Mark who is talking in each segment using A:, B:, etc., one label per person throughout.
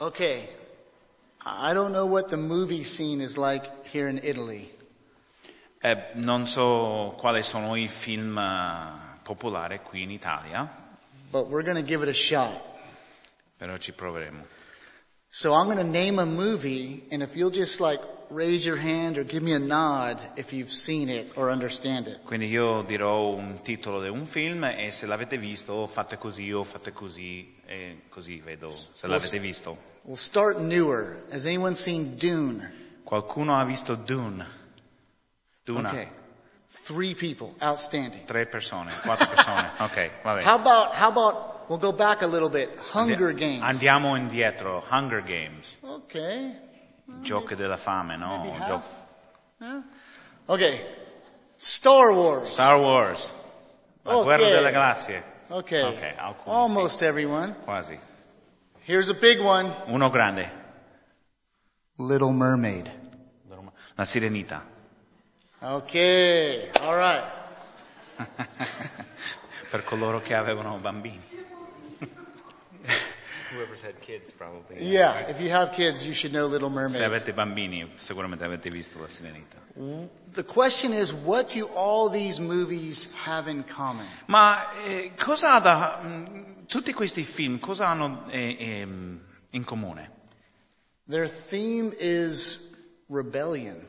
A: Okay. I don't know what the movie scene is like here in Italy.
B: Eh, non so quali sono i film eh, popolari qui in Italia,
A: but we're going to give it a shot.
B: però ci proveremo.
A: So I'm going to name a movie, and if you'll just like raise your hand or give me a nod if you've seen it or understand it.
B: Quindi io dirò un titolo di un film e se l'avete visto fate così o fate così e così vedo se l'avete visto.
A: We'll start newer. Has anyone seen Dune?
B: Qualcuno ha visto Dune? Duna?
A: Okay. Three people. Outstanding.
B: Tre persone, quattro persone. ok, va
A: How
B: bene.
A: about, how about, we'll go back a little bit. Hunger Games.
B: Andiamo indietro. Hunger Games.
A: Okay.
B: Gioco della fame, no?
A: Mm. Maybe
B: Gioco-
A: half. Yeah. Okay. Star Wars.
B: Star Wars. La
A: Ok.
B: guerra delle galassie.
A: Okay.
B: Okay, I'll call it
A: Almost everyone.
B: Quasi.
A: Here's a big one.
B: Uno grande.
A: Little Mermaid.
B: La sirenita.
A: Okay. All right.
B: per coloro che avevano bambini. Whoever's had kids probably.
A: Yeah. If you have kids, you should know Little
B: Se
A: Mermaid.
B: avete bambini sicuramente avete visto la sirenita.
A: The question is, what do all these movies have in common?
B: Ma eh, cosa ha da, mh, tutti questi film cosa hanno eh, ehm, in comune?
A: Their theme is rebellion.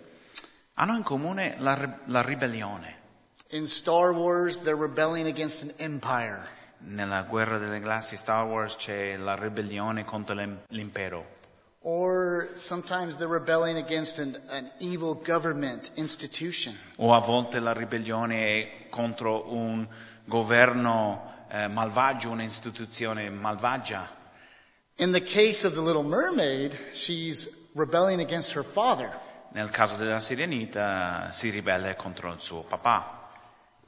B: Hanno in comune la, ri- la ribellione.
A: In Star Wars, they're rebelling against an empire.
B: Nella guerra delle galassie Star Wars c'è la ribellione contro l'im- l'impero.
A: Or sometimes they're rebelling against an, an evil government institution.
B: O a volte la ribellione è contro un governo eh, malvagio, un'istituzione malvagia.
A: In the case of the Little Mermaid, she's rebelling against her father.
B: Nel caso della Sirenita si ribella contro il suo papà.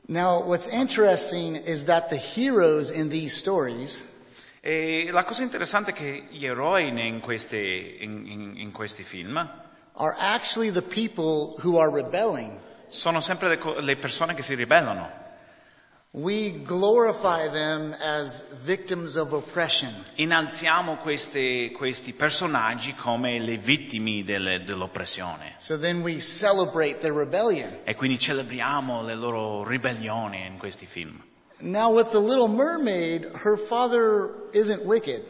A: Now, what's interesting is that the heroes in these stories
B: E la cosa interessante è che gli eroi ne- in, queste- in- in- in questi film
A: are actually the people who are rebelling.
B: sono sempre le, co- le persone che si ribellano.
A: We glorify them as victims of oppression.
B: Innalziamo queste- questi personaggi come le vittime delle- dell'oppressione
A: So then we celebrate their rebellion.
B: e quindi celebriamo le loro ribellioni in questi film.
A: Now with the little mermaid, her father isn't wicked.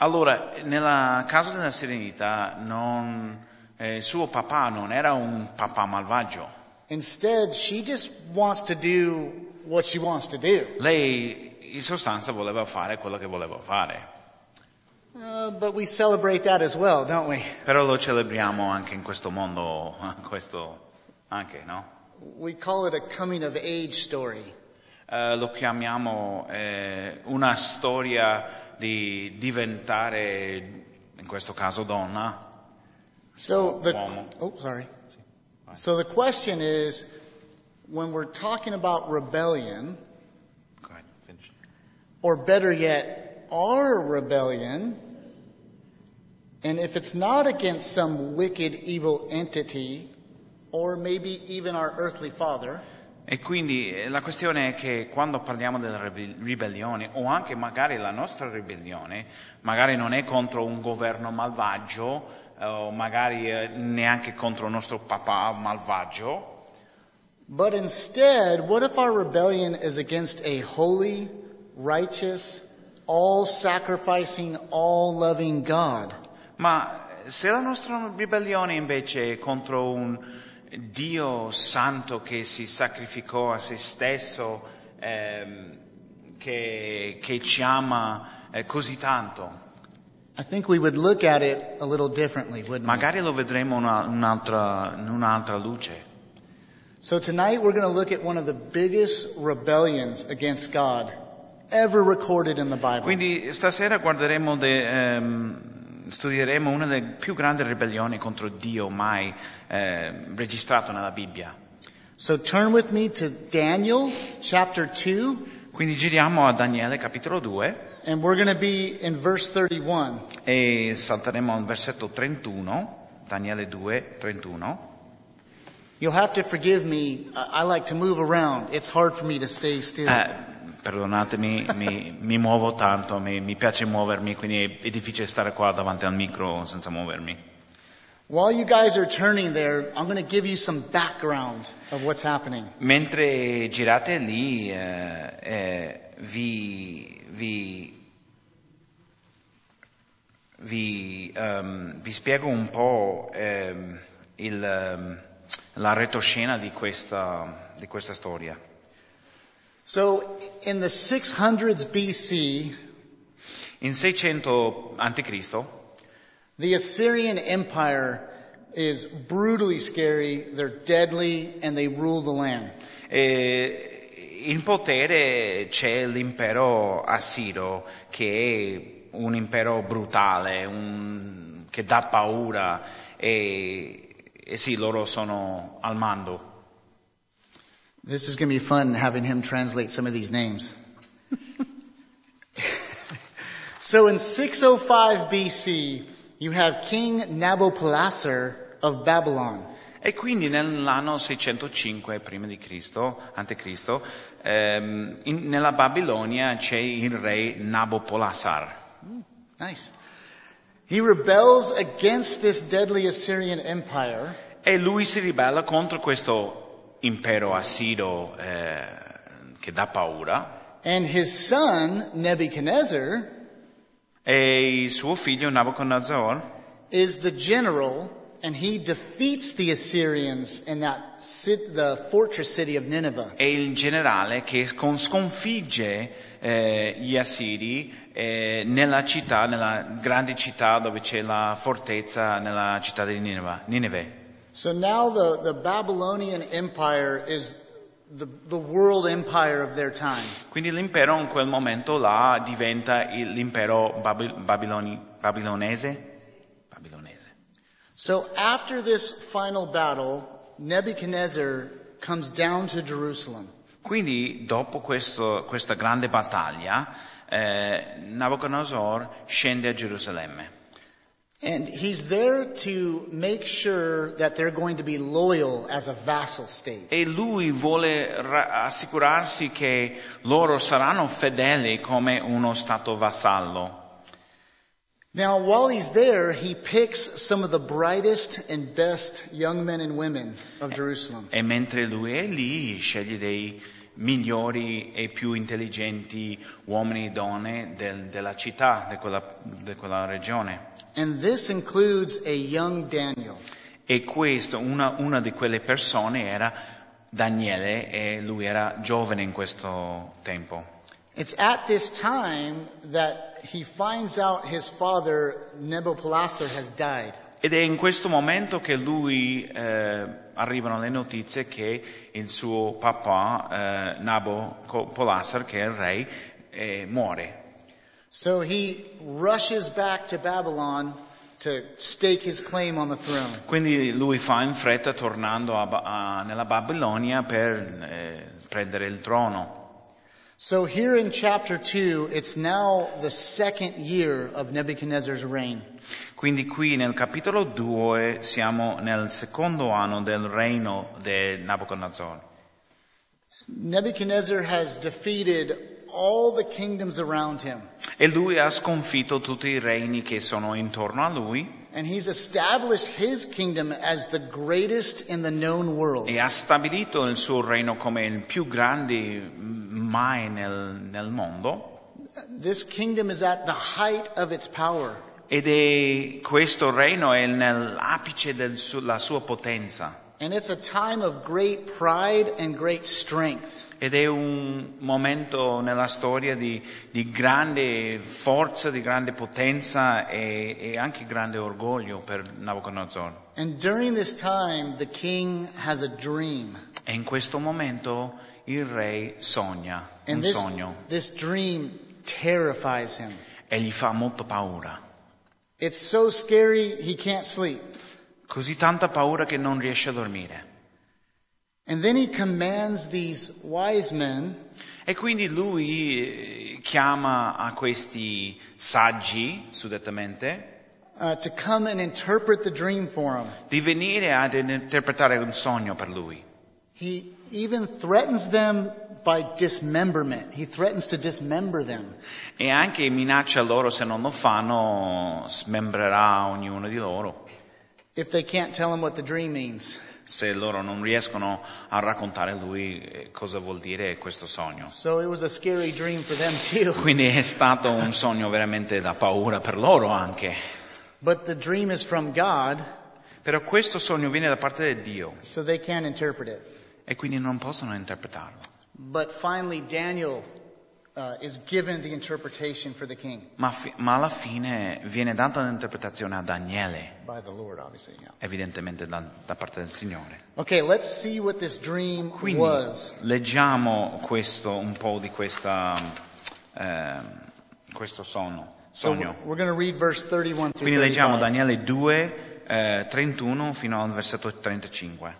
B: Allora, nel caso della Sirenita, non- eh, suo papà non era un papà malvagio.
A: Instead, she just wants to do what she wants to do.
B: Lei in sostanza voleva fare quello che voleva fare,
A: Uh, but we celebrate that as well, don't we?
B: però lo celebriamo anche in questo mondo, questo anche, no?
A: We call it a coming of age story.
B: Eh, lo chiamiamo eh, una storia di diventare, in questo caso donna.
A: So the,
B: Walmart.
A: oh, sorry. So the question is, when we're talking about rebellion,
B: Go ahead, finish.
A: or better yet, our rebellion, and if it's not against some wicked evil entity, or maybe even our earthly father,
B: E quindi eh, la questione è che quando parliamo della ribel- ribellione, o anche magari la nostra ribellione, magari non è contro un governo malvagio, eh, o magari eh, neanche contro il nostro papà malvagio,
A: but instead, what if our rebellion is against a holy, righteous, all-sacrificing, all-loving God?
B: ma eh, se la nostra ribellione invece è contro un Dio santo che si sacrificò a se stesso, ehm, che, che ci ama eh, così tanto,
A: I think we would look at it a little differently, wouldn't we?
B: Magari lo vedremo una- un'altra- in un'altra luce.
A: So tonight we're going to look at one of the biggest rebellions against God ever recorded in the Bible.
B: Quindi stasera guarderemo, de- ehm, studieremo una delle più grandi ribellioni contro Dio mai ehm, registrata nella Bibbia.
A: So turn with me to Daniel chapter 2
B: Quindi giriamo a Daniele capitolo 2
A: and we're going to be in verse 31.
B: e salteremo al versetto 31, Daniele 2, 31.
A: You'll have to forgive me. I I like to move around. It's hard for me to stay still.
B: Eh, Perdonatemi, mi, mi muovo tanto, mi, mi piace muovermi, quindi è, è difficile stare qua davanti al micro senza muovermi.
A: While you guys are turning there, I'm going to give you some background of what's happening.
B: Mentre girate lì, eh, eh, vi, vi, vi, ehm, vi spiego un po' ehm, il, ehm, la retroscena di questa, di questa storia.
A: So, in the 600s BC,
B: In 600 a.C.
A: the Assyrian Empire is brutally scary, they're deadly, and they rule the land.
B: eh, in potere c'è l'impero assiro che è un impero brutale, un- che dà paura e, e sì, loro sono al mando.
A: This is going to be fun having him translate some of these names. so in 605 BC, you have King Nabopolassar of Babylon.
B: E quindi nell'anno 605 prima di Cristo, antecristo, ehm, in- nella Babilonia c'è il re Nabopolassar.
A: Nice. He rebels against this deadly Assyrian empire,
B: E lui si ribella contro questo impero assiro eh, che dà paura
A: and his son, Nebuchadnezzar,
B: e il suo figlio Nabucodonosor
A: is the general, and he defeats the Assyrians in that sit, the fortress city of Nineveh.
B: è il generale che scon- sconfigge eh, gli assiri eh, nella città, nella grande città dove c'è la fortezza, nella città di Nineveh. Nineveh.
A: So now the, the Babylonian Empire is the, the world empire of their time.
B: Quindi l'impero in quel momento là diventa il- l'impero babi- babiloni- babilonese? Babilonese.
A: So after this final battle, Nebuchadnezzar comes down to Jerusalem.
B: Quindi dopo questo- questa grande battaglia, eh, Nabucodonosor scende a Gerusalemme
A: And he's there to make sure that they're going to be loyal as a vassal state.
B: e lui vuole ra- assicurarsi che loro saranno fedeli come uno stato vassallo.
A: Now, while he's there, he picks some of the brightest and best young men and women of Jerusalem.
B: E mentre lui è lì sceglie dei migliori e più intelligenti uomini e donne del- della città, di quella- di quella regione.
A: And this includes a young Daniel.
B: E questo, una, una di quelle persone era Daniele e lui era giovane in questo tempo.
A: It's at this time that he finds out his father, Nebuchadnezzar, has died.
B: Ed è in questo momento che lui eh, arrivano le notizie che il suo papà, eh, Nabopolassar, che è il re, eh, muore.
A: So he rushes back to Babylon to stake his claim on the throne.
B: Quindi lui fa in fretta tornando a Ba- a- nella Babilonia per eh, prendere il trono.
A: So here in chapter 2, it's now the second year of Nebuchadnezzar's reign.
B: Quindi qui nel capitolo 2 siamo nel secondo anno del regno di Nabucodonosor.
A: Nebuchadnezzar has defeated all the kingdoms around him,
B: E lui ha sconfitto tutti i regni che sono intorno a lui
A: and he's established his kingdom as the greatest in the known world.
B: e ha stabilito il suo regno come il più grande mai nel, nel mondo.
A: This kingdom is at the height of its power.
B: Ed è, questo regno è nell'apice della sua potenza.
A: And it's a time of great pride and great strength.
B: Ed è un momento nella storia di, di grande forza, di grande potenza e, e anche grande orgoglio per Nabucodonosor.
A: And during this time, the king has a dream.
B: E in questo momento il re sogna, un
A: And this,
B: sogno.
A: this dream terrifies him.
B: e gli fa molto paura.
A: It's so scary, he can't sleep.
B: Così tanta paura che non riesce a dormire.
A: And then he commands these wise men
B: E quindi lui eh, chiama a questi saggi, suddetamente,
A: uh, to come and interpret the dream for him.
B: di venire ad interpretare un sogno per lui.
A: He even threatens them by dismemberment. He threatens to dismember them.
B: E anche minaccia loro se non lo fanno, smembrerà ognuno di loro,
A: If they can't tell him what the dream means.
B: se loro non riescono a raccontare a lui eh, cosa vuol dire questo sogno.
A: So it was a scary dream for them too.
B: Quindi è stato un sogno veramente da paura per loro anche.
A: But the dream is from God,
B: Però questo sogno viene da parte di Dio
A: so they can't interpret it.
B: e quindi non possono interpretarlo.
A: But finally, Daniel uh, is given the interpretation for the king
B: Ma, fi- ma alla fine viene data un'interpretazione a Daniele,
A: by the Lord, obviously. Yeah.
B: evidentemente da, da parte del Signore.
A: Okay, let's see what this dream
B: Quindi
A: was.
B: leggiamo questo, un po' di questa, ehm, questo sonno,
A: So
B: sogno.
A: we're going to read verse 31 through
B: Quindi
A: 35.
B: leggiamo Daniele 2, eh, 31 fino al versetto 35.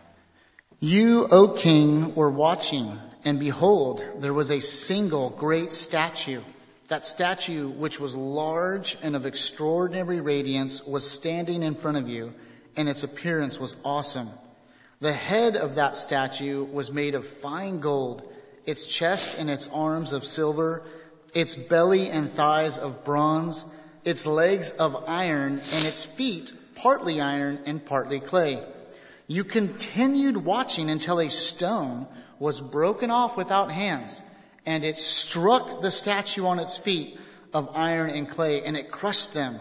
A: You, O king, were watching, and behold, there was a single great statue. That statue, which was large and of extraordinary radiance, was standing in front of you, and its appearance was awesome. The head of that statue was made of fine gold, its chest and its arms of silver, its belly and thighs of bronze, its legs of iron, and its feet partly iron and partly clay. You continued watching until a stone was broken off without hands, and it struck the statue on its feet of iron and clay, and it crushed them.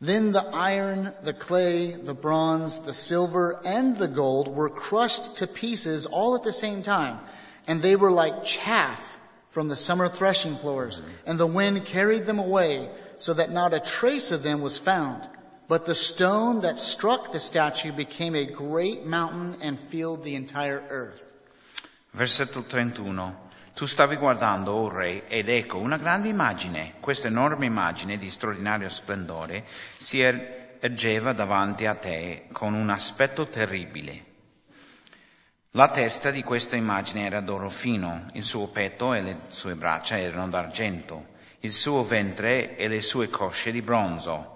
A: Then the iron, the clay, the bronze, the silver, and the gold were crushed to pieces all at the same time, and they were like chaff from the summer threshing floors, and the wind carried them away so that not a trace of them was found. But the stone that struck the statue became a great mountain and filled the entire earth.
B: Versetto 31. Tu stavi guardando, o re, ed ecco una grande immagine. Questa enorme immagine di straordinario splendore si er- ergeva davanti a te con un aspetto terribile. La testa di questa immagine era d'oro fino, il suo petto e le sue braccia erano d'argento, il suo ventre e le sue cosce di bronzo,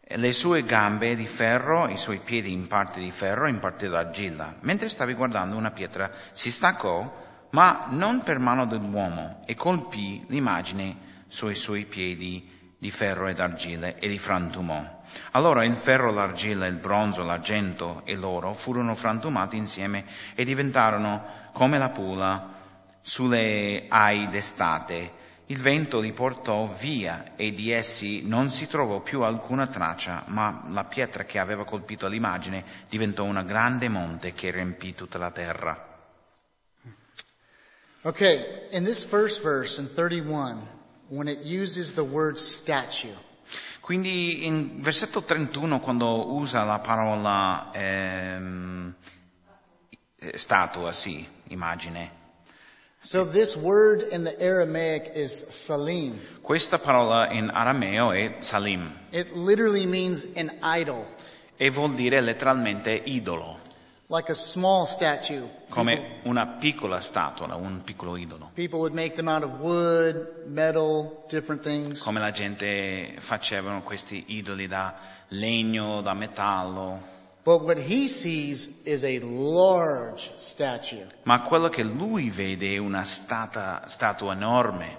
B: e le sue gambe di ferro, i suoi piedi in parte di ferro e in parte d'argilla. Mentre stavi guardando una pietra si staccò, ma non per mano dell'uomo, e colpì l'immagine sui suoi piedi di ferro ed argile e li frantumò. Allora il ferro, l'argilla, il bronzo, l'argento e l'oro furono frantumati insieme e diventarono come la pula sulle ai d'estate. Il vento li portò via e di essi non si trovò più alcuna traccia, ma la pietra che aveva colpito l'immagine diventò una grande monte che riempì tutta la terra.
A: Okay, in this first verse in 31, when it uses the word statue,
B: Quindi in versetto 31 quando usa la parola ehm, eh, statua, sì, immagine,
A: so this word in the Aramaic is salim.
B: questa parola in arameo è salim
A: It literally means an idol,
B: e vuol dire letteralmente idolo,
A: like a small statue.
B: come una piccola statua, un piccolo idolo,
A: People would make them out of wood, metal, different things.
B: come la gente facevano questi idoli da legno, da metallo,
A: But what he sees is a large statue.
B: ma quello che lui vede è una stata- statua enorme.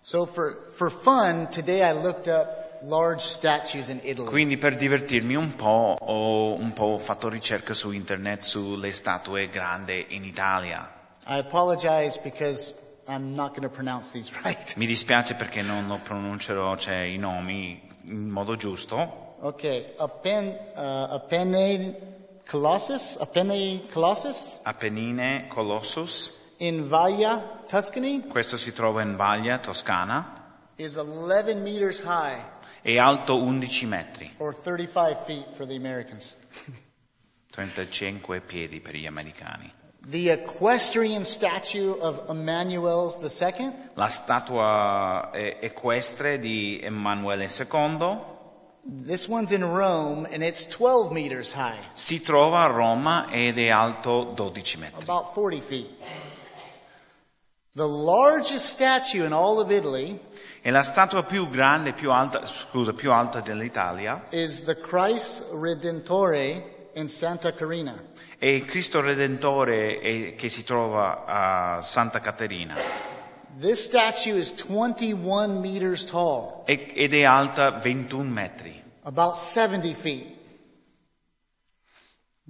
A: So for, for fun, today I looked up large statues in Italy.
B: Quindi per divertirmi un po' ho un po' fatto ricerca su internet sulle statue grandi in Italia.
A: I apologize because I'm not going to pronounce these right.
B: Mi dispiace perché non lo pronuncerò, cioè i nomi in modo giusto.
A: Okay, Apen, uh, Apenne Colossus, Apenne Colossus
B: Appennine, Colossus,
A: in Vaglia, Tuscany,
B: questo si trova in Baglia, Toscana,
A: is 11 meters high
B: è alto 11 metri,
A: or 35 feet for the Americans.
B: 35 piedi per gli americani.
A: The equestrian statue of Emmanuel's II
B: La statua eh, equestre di Emanuele II
A: This one's in Rome and it's 12 meters high,
B: si trova a Roma ed è alto 12 metri.
A: about 40 feet. The largest statue in all of Italy
B: E la statua più grande, più alta, scusa, più alta dell'Italia
A: is the Christ Redentore in Santa Carina.
B: E il Cristo Redentore è- che si trova a Santa Caterina
A: This statue is 21 meters tall,
B: e- ed è alta 21 metri,
A: about 70 feet.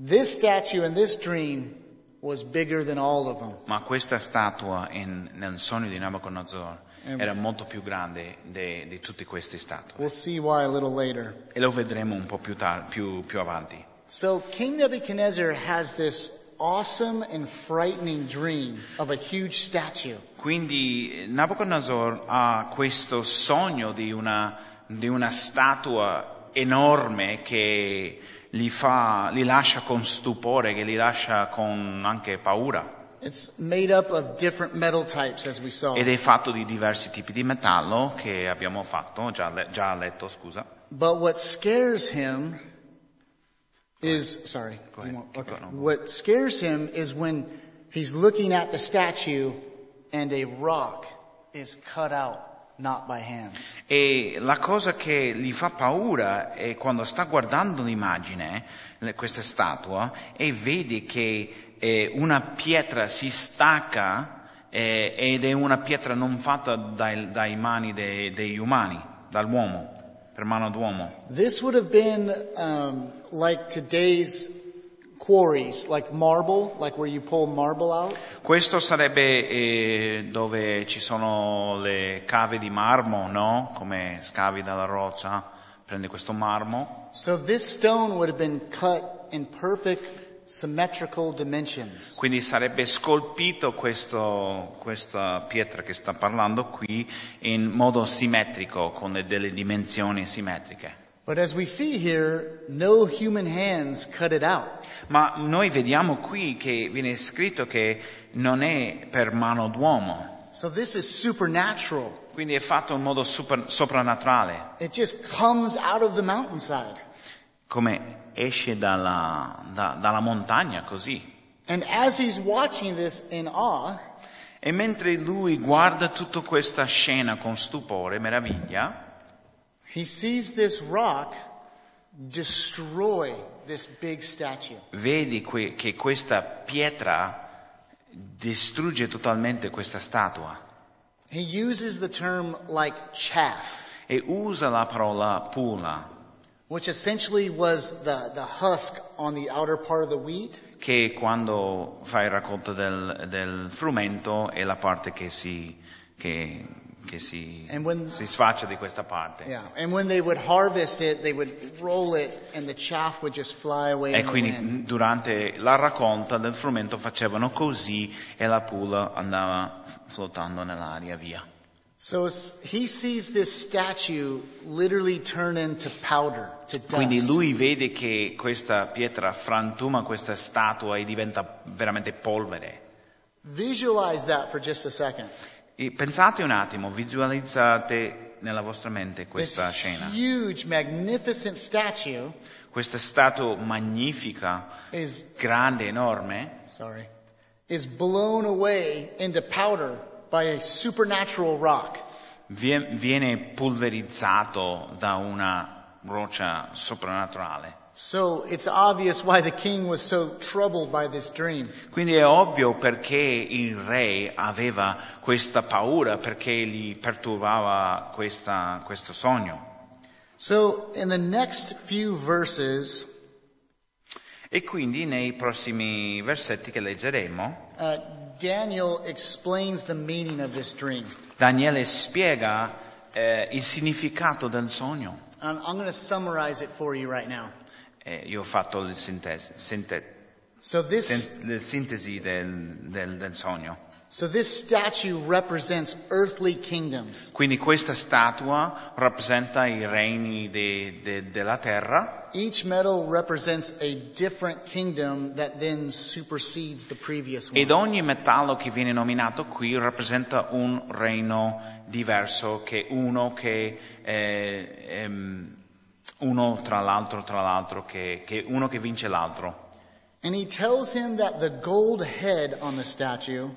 A: This statue in this dream was bigger than all of them.
B: ma questa statua in- nel sogno di Nabucodonosor
A: Ehm.
B: era molto più grande de- di tutte queste statue.
A: We'll see why a little later.
B: E lo vedremo un po' più, tar- più- più avanti.
A: So King Nebuchadnezzar has this awesome and frightening dream of a huge statue.
B: Quindi Nabucodonosor ha questo sogno di una, di una statua enorme che li, fa, li lascia con stupore, che li lascia con anche paura.
A: It's made up of different metal types, as we saw.
B: Ed è fatto di diversi tipi di metallo che abbiamo fatto, già, le- già letto, scusa.
A: But what scares him is, sorry, you
B: Go ahead.
A: won't-
B: Keep
A: okay.
B: going, I'll go.
A: What scares him is when he's looking at the statue and a rock is cut out, not by hands.
B: E la cosa che gli fa paura è quando sta guardando l'immagine, le- questa statua, e vede che eh, una pietra si stacca eh, ed è una pietra non fatta dai, dai mani de- degli umani, dall'uomo, per mano d'uomo.
A: This would have been um, like today's quarries, like marble, like where you pull marble out.
B: Questo sarebbe eh, dove ci sono le cave di marmo, no? Come scavi dalla roccia, prendi questo marmo
A: So this stone would have been cut in perfect symmetrical dimensions.
B: Quindi sarebbe scolpito questo- questa pietra che sta parlando qui in modo simmetrico, con le- delle dimensioni simmetriche.
A: But as we see here, no human hands cut it out.
B: Ma noi vediamo qui che viene scritto che non è per mano d'uomo,
A: So this is supernatural.
B: quindi è fatto in modo super- soprannaturale,
A: It just comes out of the mountainside.
B: come esce dalla, da- dalla montagna così.
A: And as he's watching this in awe,
B: E mentre lui guarda tutta questa scena con stupore, meraviglia,
A: he sees this rock destroy this big statue.
B: vedi que- che questa pietra distrugge totalmente questa statua
A: He uses the term like chaff,
B: e usa la parola pula,
A: which essentially was the, the husk on the outer part of the wheat.
B: che quando fai il raccolto del, del frumento è la parte che si, che, che si,
A: And when-
B: si sfaccia di questa parte.
A: Yeah. And when they would harvest it, they would roll it and the chaff would just fly away.
B: E
A: in the wind.
B: quindi durante la raccolta del frumento facevano così e la pula andava flottando nell'aria via.
A: So s- he sees this statue literally turn into powder, to
B: Quindi
A: dust.
B: lui vede che questa pietra frantuma questa statua e diventa veramente polvere.
A: Visualize that for just a second.
B: E pensate un attimo, visualizzate nella vostra mente
A: This
B: questa scena.
A: huge, magnificent statue
B: Questa statua magnifica,
A: is,
B: grande, enorme,
A: sorry, is blown away into powder by a supernatural rock.
B: vie- viene pulverizzato da una roccia soprannaturale.
A: So it's obvious why the king was so troubled by this dream.
B: Quindi è ovvio perché il re aveva questa paura, perché gli perturbava questa- questo sogno.
A: So in the next few verses,
B: E quindi nei prossimi versetti che leggeremo,
A: uh, Daniel explains the meaning of this dream.
B: Daniele spiega eh, il significato del sogno.
A: I'm, Um, I'm going to summarize it for you right now.
B: Eh, io ho fatto il sintesi, sinte-
A: So this,
B: sin- la sintesi del, del- del sogno.
A: so this statue represents earthly kingdoms.
B: Quindi questa statua rappresenta i regni de- de- della terra
A: Each metal represents a different kingdom that then supersedes the previous
B: ed
A: one.
B: ogni metallo che viene nominato qui rappresenta un regno diverso che uno che eh, ehm, uno tra l'altro tra l'altro che- che uno che vince l'altro.
A: And he tells him that the gold head on the statue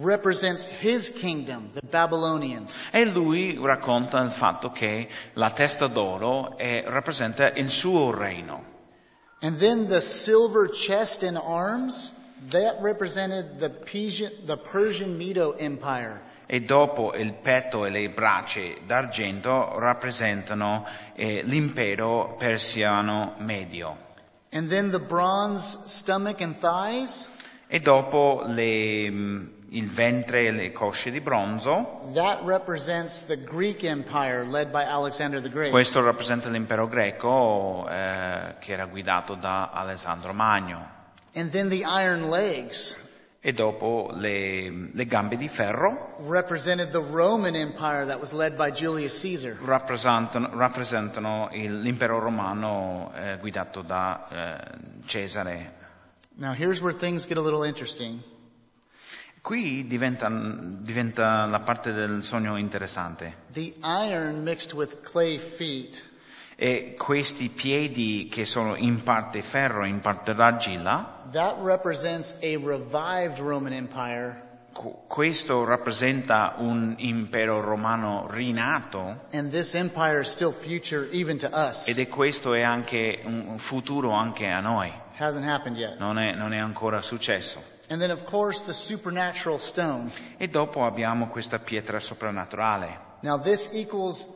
A: represents his kingdom, the Babylonians.
B: E lui racconta il fatto che la testa d'oro eh, rappresenta il suo regno.
A: And then the silver chest and arms, that represented the Persian, the Persian Medo Empire.
B: E dopo il petto e le braccia d'argento rappresentano eh, l'impero persiano medio.
A: And then the bronze stomach and thighs,
B: E dopo le, mh, il ventre e le cosce di bronzo,
A: that represents the Greek Empire led by Alexander the Great.
B: questo rappresenta l'impero greco eh, che era guidato da Alessandro Magno.
A: And then the iron legs
B: E dopo le, le gambe di ferro
A: represented the Roman Empire that was led by Julius Caesar.
B: rappresentano, rappresentano il- l'impero romano eh, guidato da eh, Cesare.
A: Now here's where things get a little interesting.
B: Qui diventa, diventa la parte del sogno interessante.
A: The iron mixed with clay feet
B: E questi piedi che sono in parte ferro e in parte d'argilla,
A: That represents a revived Roman Empire,
B: Qu- Questo rappresenta un impero romano rinato
A: and this empire is still future even to us.
B: ed
A: It
B: è questo è anche un un futuro anche a noi,
A: hasn't happened yet.
B: non è, non è ancora successo.
A: And then, of course, the supernatural stone.
B: E dopo abbiamo questa pietra soprannaturale
A: Now, this equals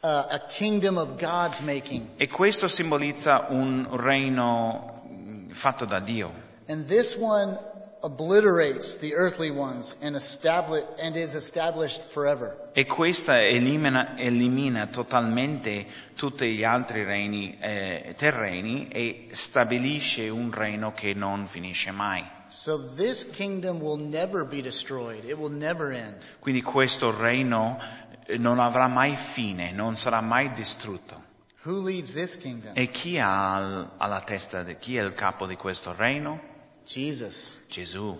A: uh, a kingdom of God's making,
B: e questo simbolizza un regno mh, fatto da Dio
A: and this one obliterates the earthly ones and establish and is established forever.
B: e questa elimina, elimina totalmente tutti gli altri regni eh, terreni e stabilisce un regno che non finisce mai.
A: So, this kingdom will never be destroyed. It will never end.
B: Quindi questo reino eh, non avrà mai fine, non sarà mai distrutto.
A: Who leads this kingdom?
B: E chi ha al- alla testa, di, chi è il capo di questo reino?
A: Jesus.
B: Gesù.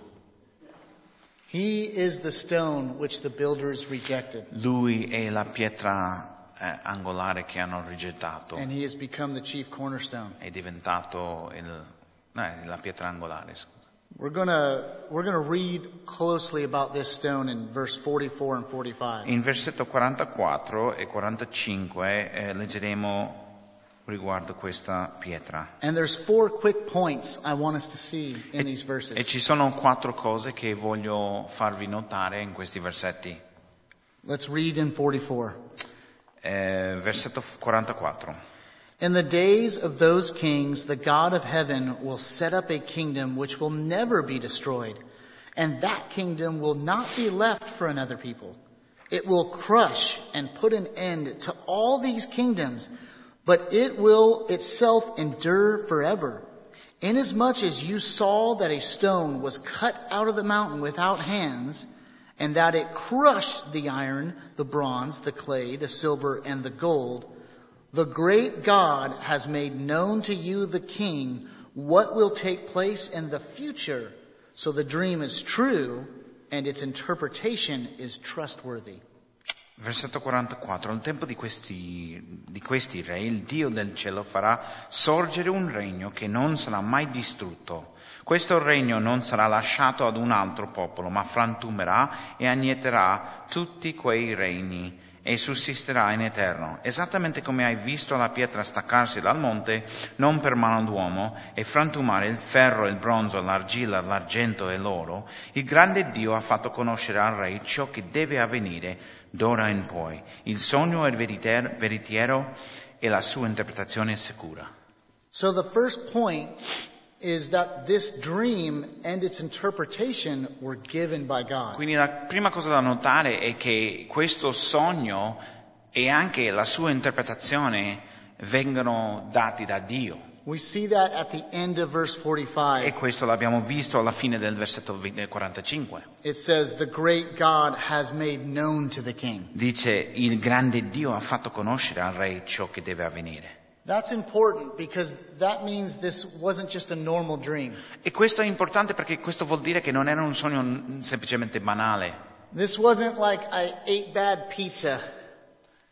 A: He is the stone which the builders rejected,
B: Lui è la pietra eh, angolare che hanno rigettato.
A: and he has become the chief cornerstone.
B: È diventato il- no, è la pietra angolare. scusa.
A: We're gonna, we're gonna read closely about this stone in verse 44 and 45.
B: In versetto 44 e 45 eh, leggeremo riguardo questa pietra.
A: And there's four quick points I want us to see in these
B: E
A: verses.
B: ci sono quattro cose che voglio farvi notare in questi versetti.
A: Let's read in 44.
B: Eh, versetto 44.
A: In the days of those kings, the God of heaven will set up a kingdom which will never be destroyed, and that kingdom will not be left for another people. It will crush and put an end to all these kingdoms, but it will itself endure forever. Inasmuch as you saw that a stone was cut out of the mountain without hands, and that it crushed the iron, the bronze, the clay, the silver, and the gold, the great God has made known to you, the King, what will take place in the future. So the dream is true and its interpretation is trustworthy.
B: Versetto 44. Al tempo di questi, di questi re, il Dio del cielo farà sorgere un regno che non sarà mai distrutto. Questo regno non sarà lasciato ad un altro popolo, ma frantumerà e annieterà tutti quei regni e sussisterà in eterno. Esattamente come hai visto la pietra staccarsi dal monte, non per mano d'uomo, e frantumare il ferro, il bronzo, l'argilla, l'argento e l'oro, il grande Dio ha fatto conoscere al re ciò che deve avvenire d'ora in poi. Il sogno è veriter- veritiero e la sua interpretazione è sicura.
A: So the first point is that this dream and its interpretation were given by God.
B: Quindi la prima cosa da notare è che questo sogno e anche la sua interpretazione vengono dati da Dio.
A: We see that at the end of verse
B: E
A: 45.
B: questo l'abbiamo visto alla fine del versetto eh, 20 45.
A: It says, the great God has made known to the King.
B: Dice, il grande Dio ha fatto conoscere al re ciò che deve avvenire.
A: That's important because that means this wasn't just a normal dream.
B: E questo è importante perché questo vuol dire che non era un sogno mm, semplicemente banale.
A: This wasn't like I ate bad pizza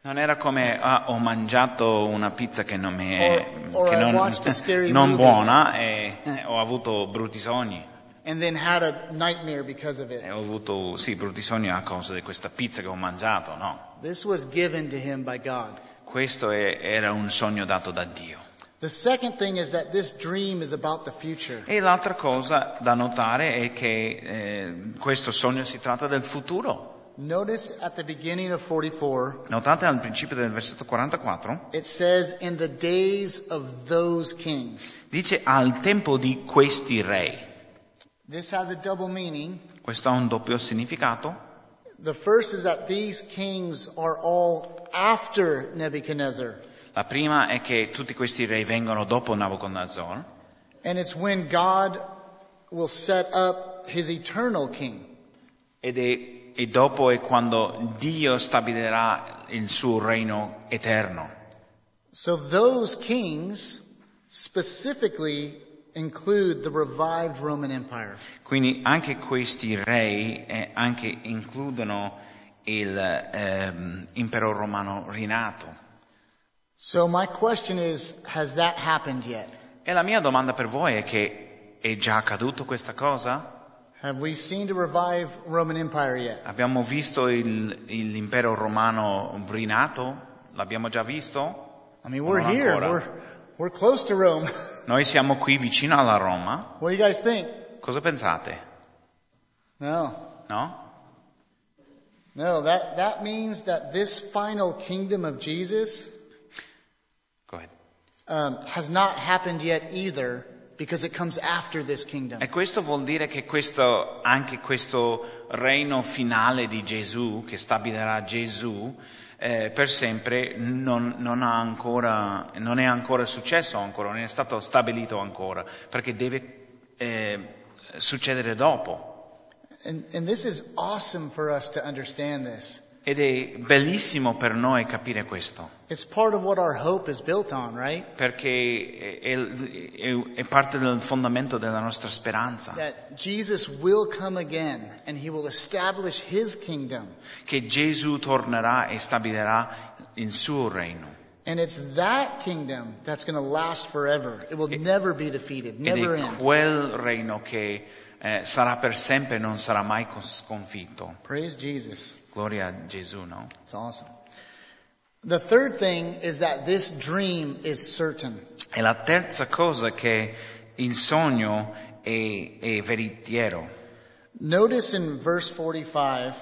B: Non era come, ah, ho mangiato una pizza che non mi è, mm,
A: Or- or
B: che
A: I
B: non,
A: watched a scary
B: non
A: movie.
B: buona e eh, ho avuto brutti sogni.
A: and then had a nightmare because of
B: E
A: it.
B: ho avuto, sì, brutti sogni a causa di questa pizza che ho mangiato, no.
A: This was given to him by God.
B: Questo è- era un sogno dato da Dio.
A: The second thing is that this dream is about the future.
B: E l'altra cosa da notare è che eh, questo sogno si tratta del futuro.
A: Notice at the beginning of 44,
B: Notate al principio del versetto 44,
A: it says, in the days of those kings.
B: dice al tempo di questi re.
A: This has a double meaning.
B: Questo ha un doppio significato.
A: The first is that these kings are all after Nebuchadnezzar.
B: La prima è che tutti questi re vengono dopo Nabucodonosor
A: And it's when God will set up his eternal king.
B: ed è, e dopo è quando Dio stabilirà il suo regno eterno.
A: So those kings specifically include the revived Roman Empire.
B: Quindi anche questi re eh, anche includono il ehm, impero romano rinato.
A: So my question is, has that happened yet?
B: E la mia domanda per voi è che è già accaduto questa cosa?
A: Have we seen the revived Roman Empire yet?
B: Abbiamo visto il- il- l'impero romano rinato? L'abbiamo già visto?
A: I mean, we're
B: No, not
A: here.
B: quite.
A: We're, we're close to Rome.
B: Noi siamo qui vicino alla Roma.
A: what do you guys think?
B: Cosa pensate?
A: No.
B: No?
A: No, that, that means that this final kingdom of Jesus
B: Go ahead.
A: um, has not happened yet either because it comes after this kingdom.
B: E questo vuol dire che questo, anche questo regno finale di Gesù, che stabilirà Gesù eh, per sempre, non, non ha ancora, non è ancora successo ancora, non è stato stabilito ancora, perché deve eh, succedere dopo.
A: And, and this is awesome for us to understand this.
B: Ed è bellissimo per noi capire questo,
A: It's part of what our hope is built on, right?
B: perché è, è- è parte del fondamento della nostra speranza.
A: That Jesus will come again and he will establish his kingdom.
B: che Gesù tornerà e stabilirà il suo regno.
A: And it's that kingdom that's going to last forever. It will never be defeated,
B: Ed
A: never
B: è
A: end.
B: quel regno che eh, sarà per sempre e non sarà mai cos- sconfitto.
A: Praise Jesus.
B: Gloria a Gesù, no?
A: It's awesome. The third thing is that this dream is certain.
B: E la terza cosa che il sogno è, è veritiero.
A: Notice in verse 45,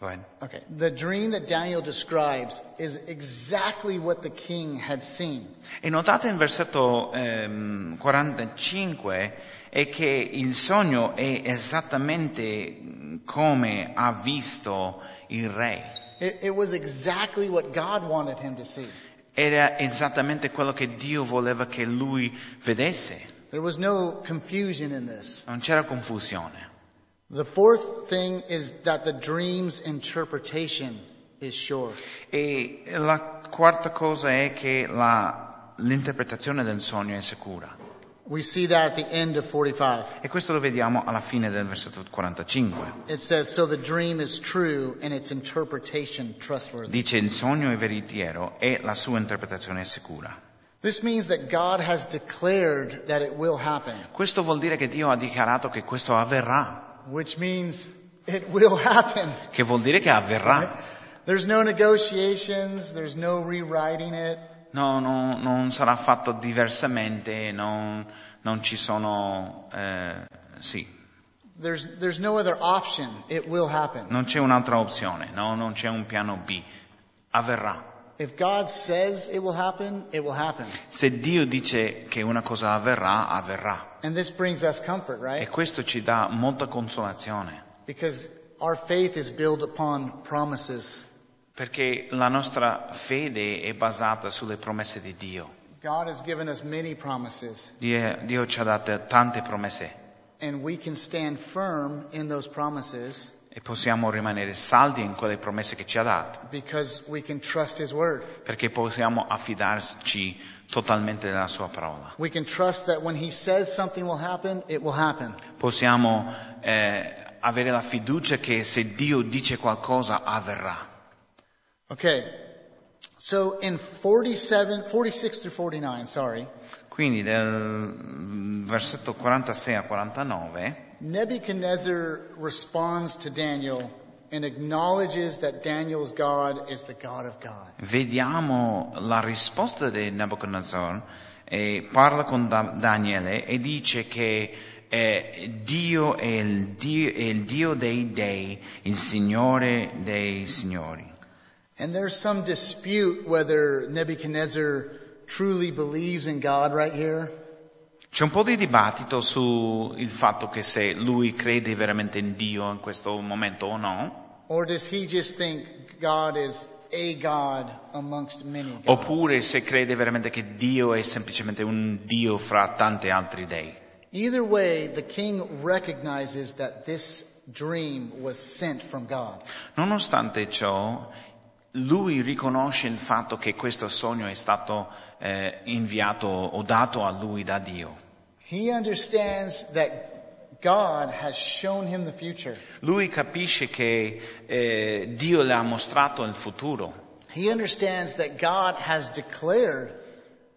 B: Go ahead.
A: okay, the dream that Daniel describes is exactly what the king had seen.
B: E notate in versetto ehm, 45 è che il sogno è esattamente come ha visto il re.
A: It, it was exactly what God wanted him to see.
B: Era esattamente quello che Dio voleva che lui vedesse.
A: There was no confusion in this.
B: Non c'era confusione.
A: The fourth thing is that the dream's interpretation is sure.
B: E la quarta cosa è che la- l'interpretazione del sogno è sicura.
A: We see that at the end of 45.
B: E questo lo vediamo alla fine del versetto 45.
A: It says, so the dream is true and its interpretation trustworthy.
B: Dice il sogno è veritiero e la sua interpretazione è sicura.
A: This means that God has declared that it will happen,
B: Questo vuol dire che Dio ha dichiarato che questo avverrà,
A: which means it will happen.
B: che vuol dire che avverrà.
A: There's no negotiations. There's no rewriting it.
B: No, no, non sarà fatto diversamente, non, non ci sono... eh, sì,
A: There's, there's no other option. It will happen.
B: Non c'è un'altra opzione, no? non c'è un piano B. Avverrà.
A: If God says it will happen, it will happen.
B: Se Dio dice che una cosa avverrà, avverrà.
A: And this brings us comfort,
B: E
A: right?
B: questo ci dà molta consolazione,
A: Because our faith is built upon promises.
B: perché la nostra fede è basata sulle promesse di Dio.
A: God has given us many promises
B: Dio, Dio ci ha dato tante promesse
A: and we can stand firm in those promises
B: e possiamo rimanere saldi in quelle promesse che ci ha dato,
A: because we can trust His Word.
B: perché possiamo affidarci totalmente alla sua parola.
A: We can trust that when He says something will happen, it will happen.
B: Possiamo eh, avere la fiducia che se Dio dice qualcosa, avverrà.
A: Okay. So in 47, 46 through 49, sorry,
B: Quindi dal mm, versetto 46 a 49
A: Nebuchadnezzar responds to Daniel and acknowledges that Daniel's God is the God of God.
B: Vediamo la risposta di Nabucodonosor e parla con Da- Daniele e dice che eh, Dio è il Dio, è il Dio dei dei, il Signore dei signori.
A: And there's some dispute whether Nebuchadnezzar truly believes in God right here.
B: C'è un po' di dibattito sul fatto che se lui crede veramente in Dio in questo momento o no,
A: Or does he just think God is a God amongst many gods?
B: oppure se crede veramente che Dio è semplicemente un Dio fra tanti altri dei.
A: Either way, the king recognizes that this dream was sent from God.
B: Nonostante ciò, lui riconosce il fatto che questo sogno è stato eh, inviato o dato a lui da Dio.
A: He understands that God has shown him the future.
B: Lui capisce che eh, Dio le ha mostrato il futuro.
A: He understands that God has declared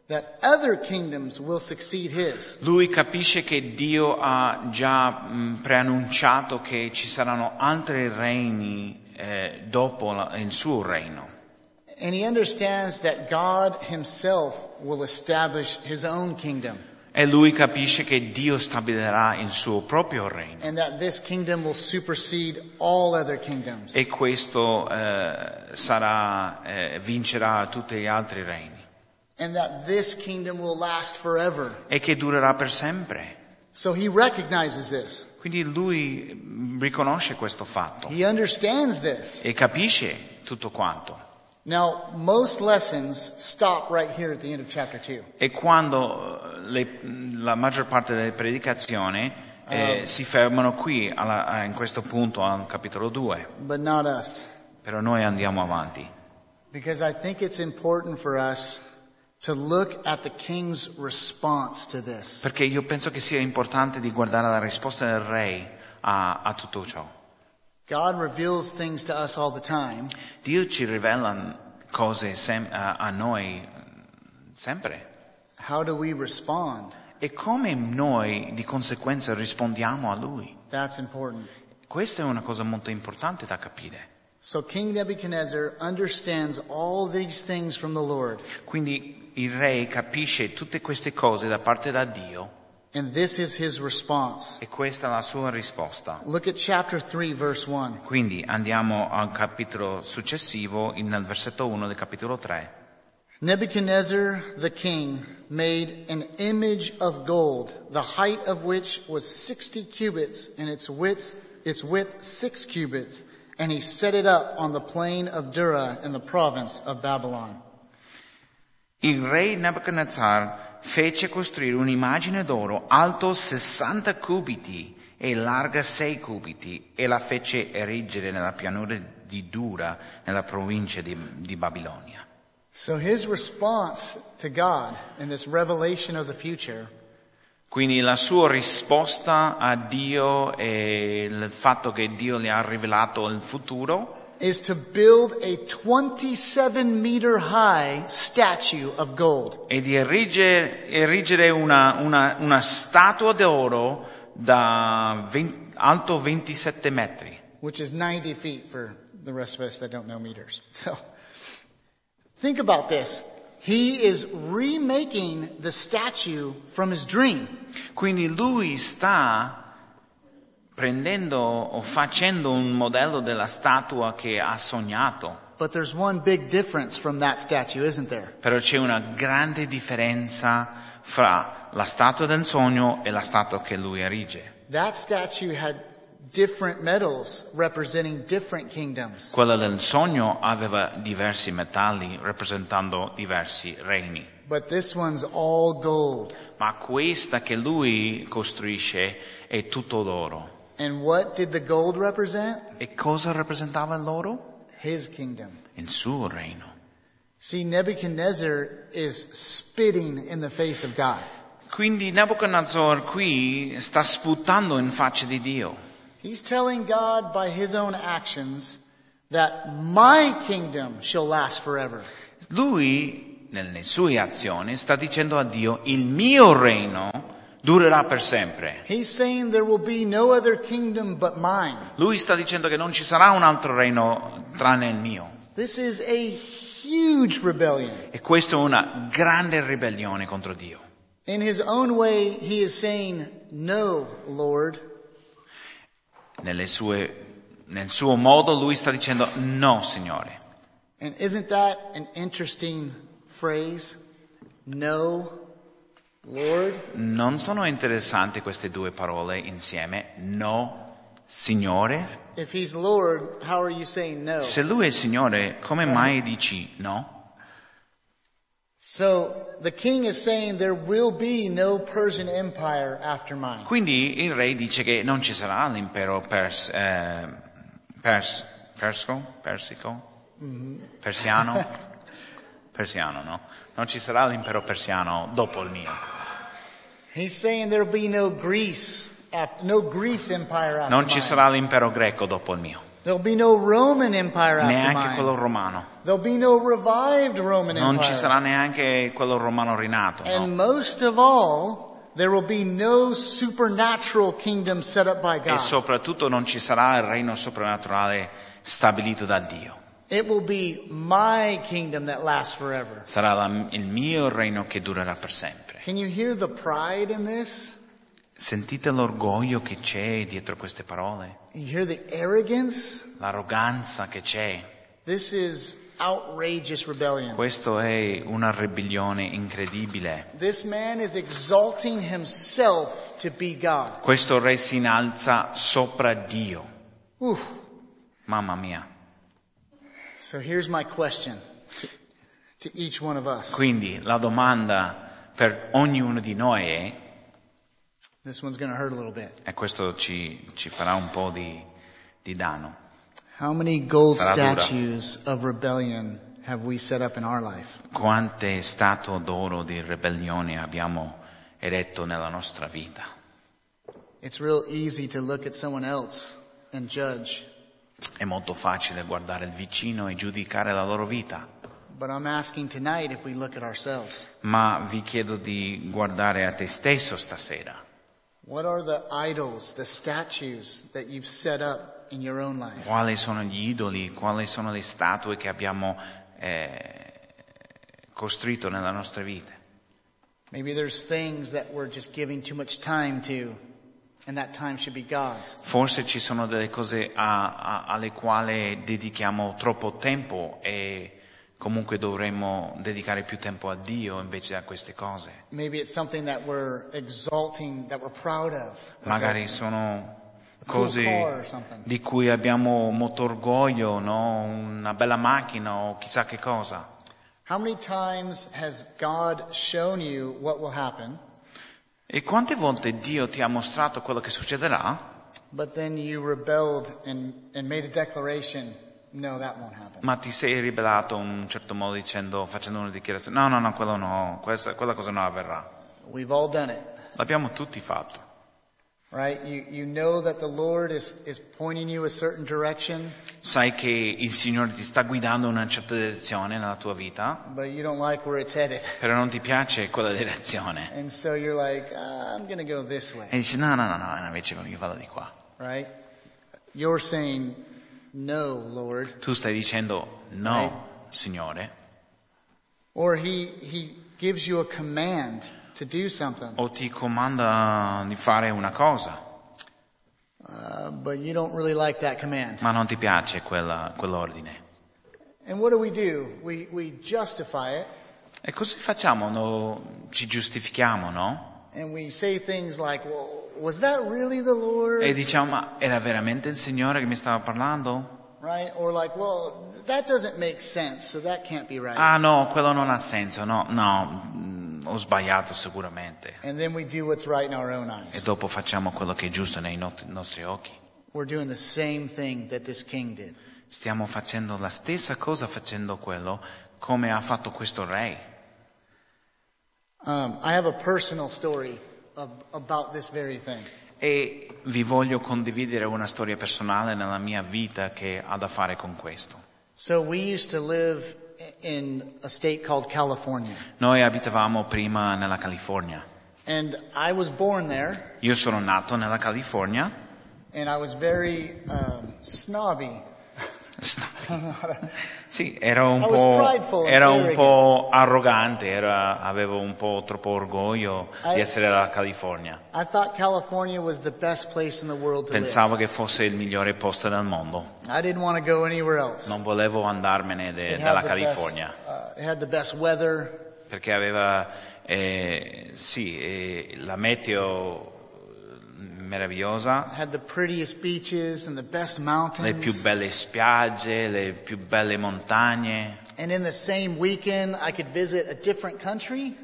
A: that other kingdoms will succeed his.
B: Lui capisce che Dio ha già mh, preannunciato che ci saranno altri regni eh, dopo la- il suo regno.
A: And he understands that God himself will establish his own kingdom
B: E lui capisce che Dio stabilirà il suo proprio regno.
A: and that this kingdom will supersede all other kingdoms.
B: E questo eh, sarà, eh, vincerà tutti gli altri regni.
A: And that this kingdom will last forever.
B: E che durerà per sempre.
A: So he recognizes this.
B: Quindi lui mh, riconosce questo fatto
A: He understands this.
B: e capisce tutto quanto.
A: Now, most lessons stop right here at the end of chapter 2.
B: E quando eh, le- mm, la maggior parte delle predicazioni eh, si fermano qui, alla- a- in questo punto, al capitolo 2,
A: But not us.
B: però noi andiamo avanti,
A: Because I think it's important for us to look at the king's response to this.
B: perché io penso che sia importante di guardare la risposta del Re a, a tutto ciò.
A: God reveals things to us all the time,
B: Dio ci rivela cose sem- a, a noi eh, sempre.
A: How do we respond?
B: E come noi di conseguenza rispondiamo a Lui.
A: That's important.
B: Questa è una cosa molto importante da capire.
A: So King Nebuchadnezzar understands all these things from the Lord,
B: Quindi il Re capisce tutte queste cose da parte da Dio
A: and this is his response.
B: E questa è la sua risposta.
A: Look at chapter 3 verse 1.
B: Quindi andiamo al capitolo successivo, in- nel versetto 1 del capitolo 3.
A: Nebuchadnezzar the king made an image of gold, the height of which was 60 cubits and its width, its width 6 cubits, and he set it up on the plain of Dura in the province of Babylon.
B: Il re Nebuchadnezzar fece costruire un'immagine d'oro alto 60 cubiti e larga 6 cubiti e la fece erigere nella pianura di Dura, nella provincia di, di Babilonia.
A: So his response to God in this revelation of the future
B: Quindi la sua risposta a Dio e il fatto che Dio le ha rivelato il futuro
A: is to build a 27 meter high statue of gold.
B: e di erigere, erigere una, una- una statua d'oro da 20 alto 27 metri,
A: which is 90 feet for the rest of us that don't know meters. So think about this. He is remaking the statue from his dream.
B: quindi lui sta prendendo o facendo un modello della statua che ha sognato,
A: But there's one big difference from that statue, isn't there?
B: però c'è una grande differenza fra la statua del sogno e la statua che lui erige.
A: That statue had different metals representing different kingdoms.
B: Quella del sogno aveva diversi metalli rappresentando diversi regni.
A: But this one's all gold.
B: Ma questa che lui costruisce è tutto l'oro.
A: And what did the gold represent?
B: E cosa rappresentava l'oro?
A: His kingdom.
B: Il suo regno.
A: See, Nebuchadnezzar is spitting in the face of God.
B: Quindi Nabucodonosor qui sta sputando in faccia di Dio.
A: He's telling God by his own actions that my kingdom shall last forever.
B: Lui, nelle sue azioni, sta dicendo a Dio, il mio regno durerà per sempre.
A: He's saying there will be no other kingdom but mine.
B: Lui sta dicendo che non ci sarà un altro regno tranne il mio.
A: This is a huge rebellion.
B: E questa è una grande ribellione contro Dio.
A: In his own way, he is saying, No, Lord.
B: Nelle sue- nel suo modo lui sta dicendo no, Signore.
A: And isn't that an interesting phrase? No, Lord.
B: Non sono interessanti queste due parole insieme? No, Signore?
A: If he's Lord, how are you saying no?
B: Se lui è il Signore, come mai dici no?
A: So the king is saying there will be no Persian Empire after mine.
B: Quindi il re dice che non ci sarà l'impero pers- eh, pers- persco? persico? Persiano? Persiano, no? Non ci sarà l'impero persiano dopo il mio.
A: He's saying there will be no Greece, after, no Greece Empire after
B: Non ci
A: mine.
B: sarà l'impero greco dopo il mio.
A: There'll be no Roman Empire after
B: Neanche
A: mine.
B: quello romano.
A: There'll be no revived Roman
B: Non
A: Empire.
B: ci sarà neanche quello romano rinato, no?
A: And most of all, there will be no supernatural kingdom set up by God.
B: e soprattutto non ci sarà il regno soprannaturale stabilito da Dio.
A: it will be my kingdom that lasts forever.
B: Sarà la- il mio regno che durerà per sempre.
A: Can you hear the pride in this?
B: Sentite l'orgoglio che c'è dietro queste parole,
A: You hear the arrogance?
B: l'arroganza che c'è.
A: This is outrageous rebellion.
B: Questo è una ribellione incredibile.
A: This man is exalting himself to be God.
B: Questo re si innalza sopra Dio.
A: Oof.
B: Mamma mia.
A: So here's my question to, to each one of us.
B: Quindi la domanda per ognuno di noi è,
A: This one's going to hurt a little bit.
B: e questo ci, ci farà un po' di, di danno,
A: How many gold
B: Sarà dura.
A: statues of rebellion have we set up in our life?
B: quante statue d'oro di ribellione abbiamo eretto nella nostra vita.
A: It's real easy to look at someone else and judge,
B: È molto facile guardare il vicino e giudicare la loro vita,
A: but I'm asking tonight if we look at ourselves.
B: ma vi chiedo di guardare a te stesso stasera.
A: What are the idols, the statues that you've set up in your own life?
B: Quali sono gli idoli, quali sono le statue che abbiamo eh, costruito nella nostra vita?
A: Maybe there's things that we're just giving too much time to, and that time should be God's.
B: Forse ci sono delle cose a- a- alle quali dedichiamo troppo tempo e comunque dovremmo dedicare più tempo a Dio invece a queste cose.
A: Maybe it's something that we're exalting, that we're proud of.
B: Magari sono
A: cool car
B: cose
A: or something.
B: di cui abbiamo molto orgoglio, no? una bella macchina o chissà che cosa.
A: How many times has God shown you what will happen,
B: E quante volte Dio ti ha mostrato quello che succederà,
A: but then you rebelled and, and made a declaration, no, that won't happen?
B: ma ti sei ribellato in un certo modo dicendo, facendo una dichiarazione, no, no, no, quello no, questa- quella cosa non avverrà.
A: We've all done it,
B: L'abbiamo tutti fatto.
A: right? You, you know that the Lord is, is pointing you a certain direction,
B: Sai che il Signore ti sta guidando in una certa direzione nella tua vita,
A: but you don't like where it's headed.
B: però non ti piace quella direzione.
A: And so you're like, ah, I'm going to go this
B: E
A: way,
B: dici no, no, no, no, invece io vado di qua.
A: right? You're saying, no, Lord.
B: Tu stai dicendo no, Signore,
A: Or he, he gives you a command to do something,
B: o ti comanda di fare una cosa,
A: uh, but you don't really like that command.
B: ma non ti piace quella- quell'ordine.
A: And what do we do? We, we justify it
B: E così facciamo, no? ci giustifichiamo, no?
A: and we say things like, well, was that really the Lord?
B: E diciamo, ma era veramente il Signore che mi stava parlando?
A: right? Or like, well, that doesn't make sense, so that can't be right.
B: Ah no, quello non ha senso, no, no, mm, ho sbagliato sicuramente.
A: and then we do what's right in our own
B: E
A: eyes.
B: dopo facciamo quello che è giusto nei not- nostri occhi.
A: We're doing the same thing that this king did.
B: Stiamo facendo la stessa cosa facendo quello come ha fatto questo re.
A: Um, I have a personal story of, about this very thing.
B: E vi voglio condividere una storia personale nella mia vita che ha da fare con questo.
A: So we used to live in a state called California,
B: Noi abitavamo prima nella California
A: And I was born there,
B: Io sono nato nella California,
A: and I was very um, snobby.
B: Sta-
A: I don't know how to-
B: sì, ero un
A: I was
B: po',
A: prideful and
B: era un
A: arrogant.
B: po' arrogante, era- avevo un po' troppo orgoglio di
A: I-
B: essere dalla California.
A: I thought California was the best place in the world to live.
B: Pensavo che fosse il migliore posto del mondo.
A: I didn't want to go anywhere else.
B: Non volevo andarmene de-
A: It had
B: dalla
A: the best,
B: California
A: uh, it had the best weather.
B: perché aveva, eh, sì, eh, la meteo meravigliosa,
A: had the prettiest beaches and the best
B: le più
A: mountains.
B: belle spiagge, le più belle montagne.
A: And in the same weekend, I could visit a different country.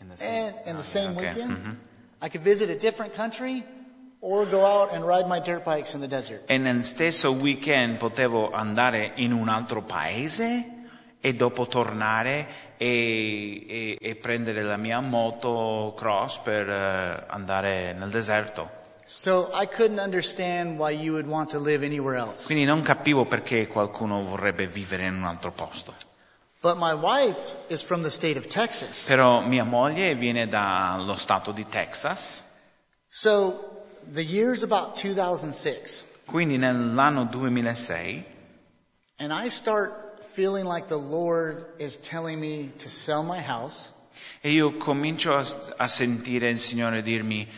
B: In the
A: And in the same
B: okay,
A: weekend,
B: mhm.
A: I could visit a different country or go out and ride my dirt bikes in the desert.
B: E nel stesso weekend potevo andare in un altro paese e dopo tornare e, e- e prendere la mia moto cross per eh, andare nel deserto.
A: So I couldn't understand why you would want to live anywhere else.
B: Quindi non capivo perché qualcuno vorrebbe vivere in un altro posto.
A: But my wife is from the state of Texas.
B: Però mia moglie viene dallo stato di Texas,
A: So the year's about 2006
B: quindi nell'anno 2006
A: and I start feeling like the Lord is telling me to sell my house
B: E io comincio a, a sentire il Signore dirmi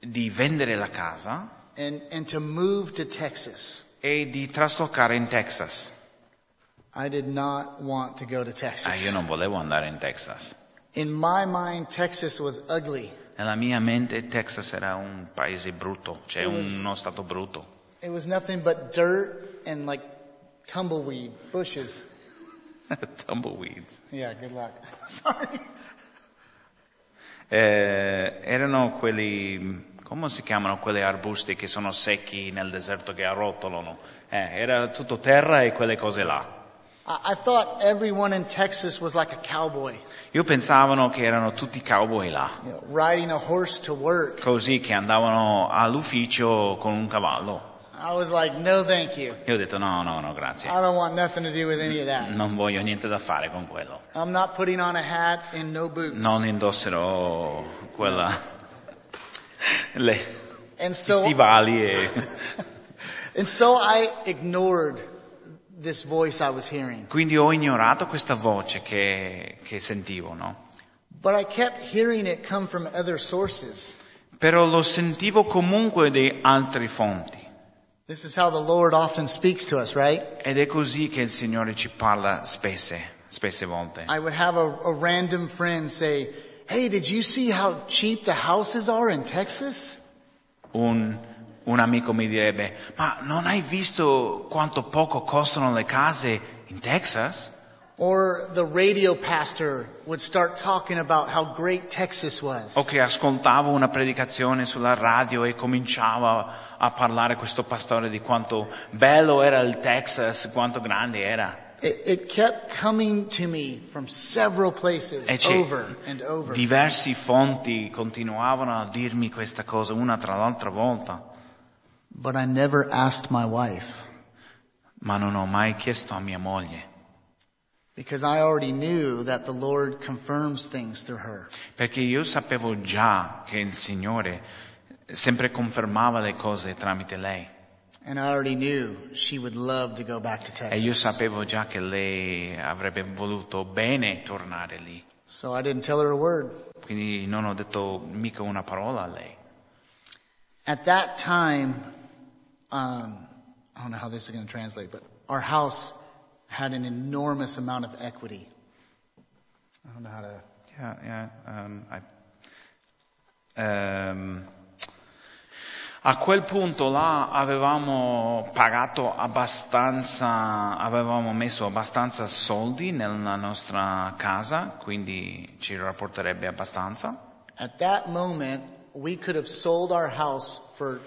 B: di vendere la casa
A: and, and to move to Texas.
B: e di traslocare in Texas.
A: I did not want to go to
B: Ah,
A: Texas.
B: io non volevo andare in Texas.
A: In my mind, Texas was ugly.
B: Nella mia mente Texas era un paese brutto, cioè
A: It was-
B: uno stato brutto.
A: It was nothing but dirt and like tumbleweed bushes.
B: Tumbleweeds.
A: Yeah, good luck. Sorry.
B: Eh, erano quelli, come si chiamano quegli arbusti che sono secchi nel deserto che arrotolano? Eh, era tutto terra e quelle cose là.
A: I, I thought everyone in Texas was like a cowboy,
B: Io pensavano che erano tutti cowboy là.
A: you know, riding a horse to work.
B: così che andavano all'ufficio con un cavallo.
A: I was like, no, thank you.
B: Io ho detto no, no, no, grazie.
A: I don't want nothing to do with any of that.
B: Non voglio niente da fare con quello.
A: I'm not putting on a hat and no boots.
B: Non indossero quella... le
A: And
B: gli
A: so,
B: stivali e...
A: and so I ignored this voice I was hearing.
B: Quindi ho ignorato questa voce che, che sentivo, no?
A: But I kept hearing it come from other sources.
B: Però lo sentivo comunque di altre fonti.
A: This is how the Lord often speaks to us, right?
B: Ed è così che il Signore ci parla spesse, spesse volte.
A: I would have a, a random friend say, Hey, did you see how cheap the houses are in Texas?
B: un, un amico mi direbbe, ma non hai visto quanto poco costano le case in Texas?
A: Or the radio pastor would start talking about how great Texas was.
B: O che ascoltavo una predicazione sulla radio e cominciava a parlare questo pastore di quanto bello era il Texas, quanto grande era.
A: It, it kept coming to me from several places
B: E c'è-
A: over and over.
B: Diversi fonti continuavano a dirmi questa cosa una tra l'altra volta,
A: But I never asked my wife
B: ma non ho mai chiesto a mia moglie,
A: because I already knew that the Lord confirms things through her.
B: perché io sapevo già che il Signore sempre confermava le cose tramite lei.
A: And I already knew she would love to go back to
B: E
A: Texas.
B: io sapevo già che lei avrebbe voluto bene tornare lì,
A: So I didn't tell her a word.
B: quindi non ho detto mica una parola a lei.
A: At that time, um, I don't know how this is going to translate, but our house had an enormous amount of equity. I don't know how to.
B: Yeah, yeah, um, I- ehm, a quel punto là avevamo pagato abbastanza, avevamo messo abbastanza soldi nella nostra casa, quindi ci rapporterebbe abbastanza.
A: At that moment, we could have sold our house for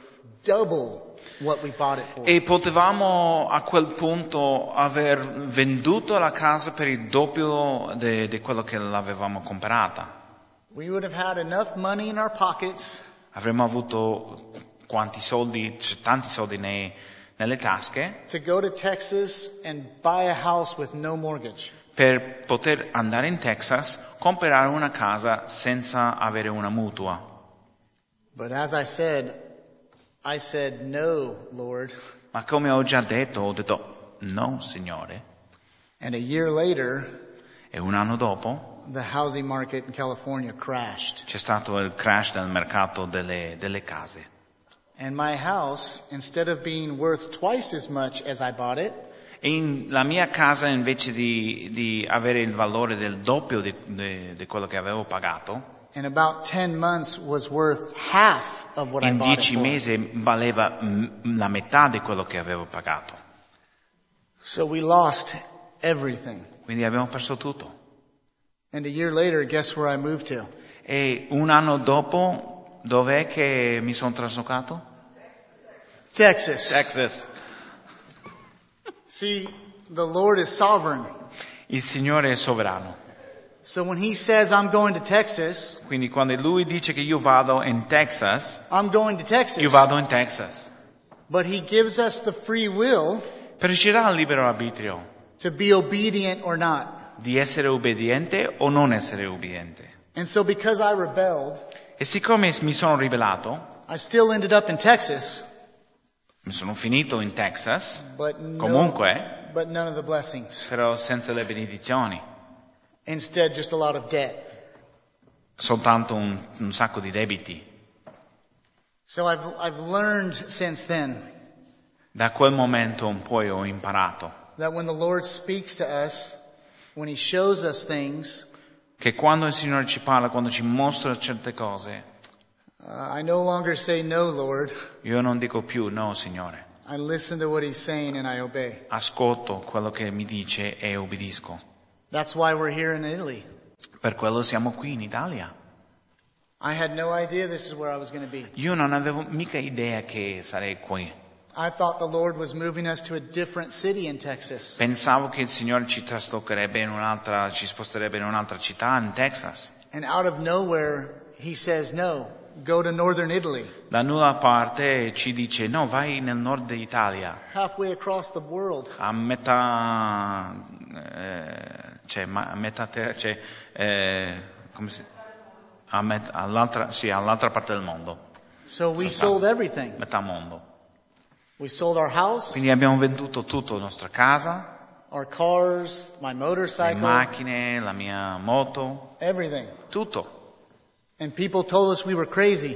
A: double what we bought it for.
B: E potevamo a quel punto aver venduto la casa per il doppio de- di quello che l'avevamo comprata.
A: We would have had enough money in our pockets
B: Avremmo avuto quanti soldi, c- tanti soldi nei- nelle tasche
A: to go to Texas and buy a house with no mortgage.
B: per poter andare in Texas, comprare una casa senza avere una mutua.
A: But as I said, I said, No, Lord.
B: Ma come ho già detto, ho detto no, Signore.
A: And a year later,
B: E un anno dopo
A: the housing market in California crashed.
B: c'è stato il crash del mercato delle, delle case.
A: And my house, instead of being worth twice as much as I bought it,
B: E in- la mia casa invece di, di avere il valore del doppio di, di- di quello che avevo pagato,
A: in about 10 months was worth half of what I
B: in
A: bought it
B: dieci
A: for.
B: mesi valeva mm, la metà di quello che avevo pagato.
A: So we lost everything.
B: Quindi abbiamo perso tutto.
A: And a year later, guess where I moved to?
B: E un anno dopo, dov'è che mi sono traslocato?
A: Texas.
B: Texas.
A: See, the Lord is sovereign.
B: Il Signore è sovrano.
A: So when He says, I'm going to Texas,
B: Quindi quando Lui dice che io vado in Texas,
A: I'm going to Texas.
B: io vado in Texas.
A: But He gives us the free will
B: Per ci dà il libero arbitrio
A: to be obedient or not.
B: di essere obbediente o non essere obbediente.
A: And so because I rebelled,
B: E siccome mi sono ribellato,
A: I still ended up in Texas,
B: mi sono finito in Texas,
A: but no,
B: comunque,
A: but none of the blessings.
B: però senza le benedizioni,
A: Instead, just a lot of debt.
B: soltanto un, un sacco di debiti.
A: So I've, I've learned since then
B: Da quel momento un po' ho imparato
A: that when the Lord speaks to us, when He shows us things,
B: che quando il Signore ci parla, quando ci mostra certe cose,
A: uh, I no longer say no, Lord.
B: io non dico più no, Signore.
A: I listen to what He's saying and I obey.
B: Ascolto quello che mi dice e obbedisco.
A: That's why we're here in Italy.
B: Per quello siamo qui in Italia.
A: I had no idea this is where I was going to be.
B: Io non avevo mica idea che sarei qui.
A: I thought the Lord was moving us to a different city in Texas.
B: Pensavo che il Signore ci traslocherebbe in un'altra, ci sposterebbe in un'altra città, in Texas.
A: And out of nowhere, He says, no, go to northern Italy,
B: Da nulla parte ci dice no, vai nel nord d'Italia,
A: halfway across the world.
B: a metà, eh, cioè, ma- a metà terra, cioè, eh, come si, a met- all'altra, sì, all'altra parte del mondo,
A: So we
B: Sometimes.
A: sold everything.
B: metà mondo.
A: We sold our house,
B: Quindi abbiamo venduto tutto, la nostra casa,
A: our cars, my
B: le
A: motorcycle,
B: macchine, la mia moto,
A: everything.
B: tutto.
A: And people told us we were crazy.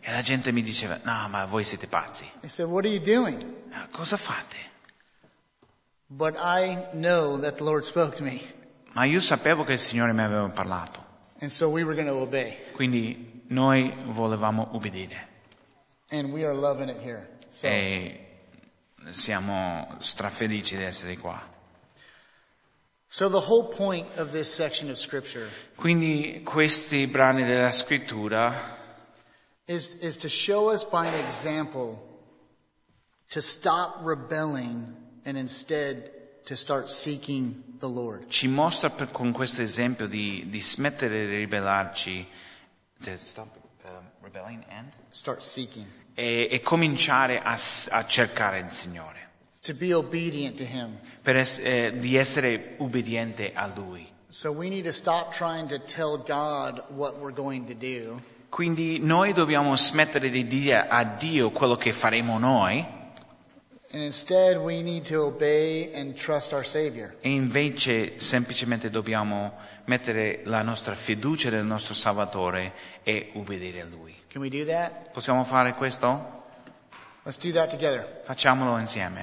B: E la gente mi diceva, no, ma voi siete pazzi.
A: They said, what are you doing?
B: Ah, Cosa fate?
A: But I know that the Lord spoke to me.
B: Ma io sapevo che il Signore mi aveva parlato,
A: And so we were going to obey.
B: quindi noi volevamo obbedire.
A: And we are loving it here. So
B: e siamo strafelici di essere qua.
A: So the whole point of this section of scripture
B: Quindi questi brani della scrittura
A: is, is to show us by an example to stop rebelling and instead to start seeking the Lord.
B: ci mostra per- con questo esempio di, di smettere di ribellarci di- stop, um, rebelling and-
A: Start seeking.
B: e, e cominciare a, s- a cercare il Signore,
A: To be obedient to Him.
B: per ess- eh, di essere ubbidiente a Lui.
A: So we need to stop trying to tell God what we're going to do
B: Quindi noi dobbiamo smettere di dire a Dio quello che faremo noi
A: and instead we need to obey and trust our Savior.
B: E invece semplicemente dobbiamo mettere la nostra fiducia nel nostro Salvatore e ubbidire a Lui.
A: Can we do that?
B: Possiamo fare questo?
A: Let's do that together.
B: Facciamolo insieme. eh?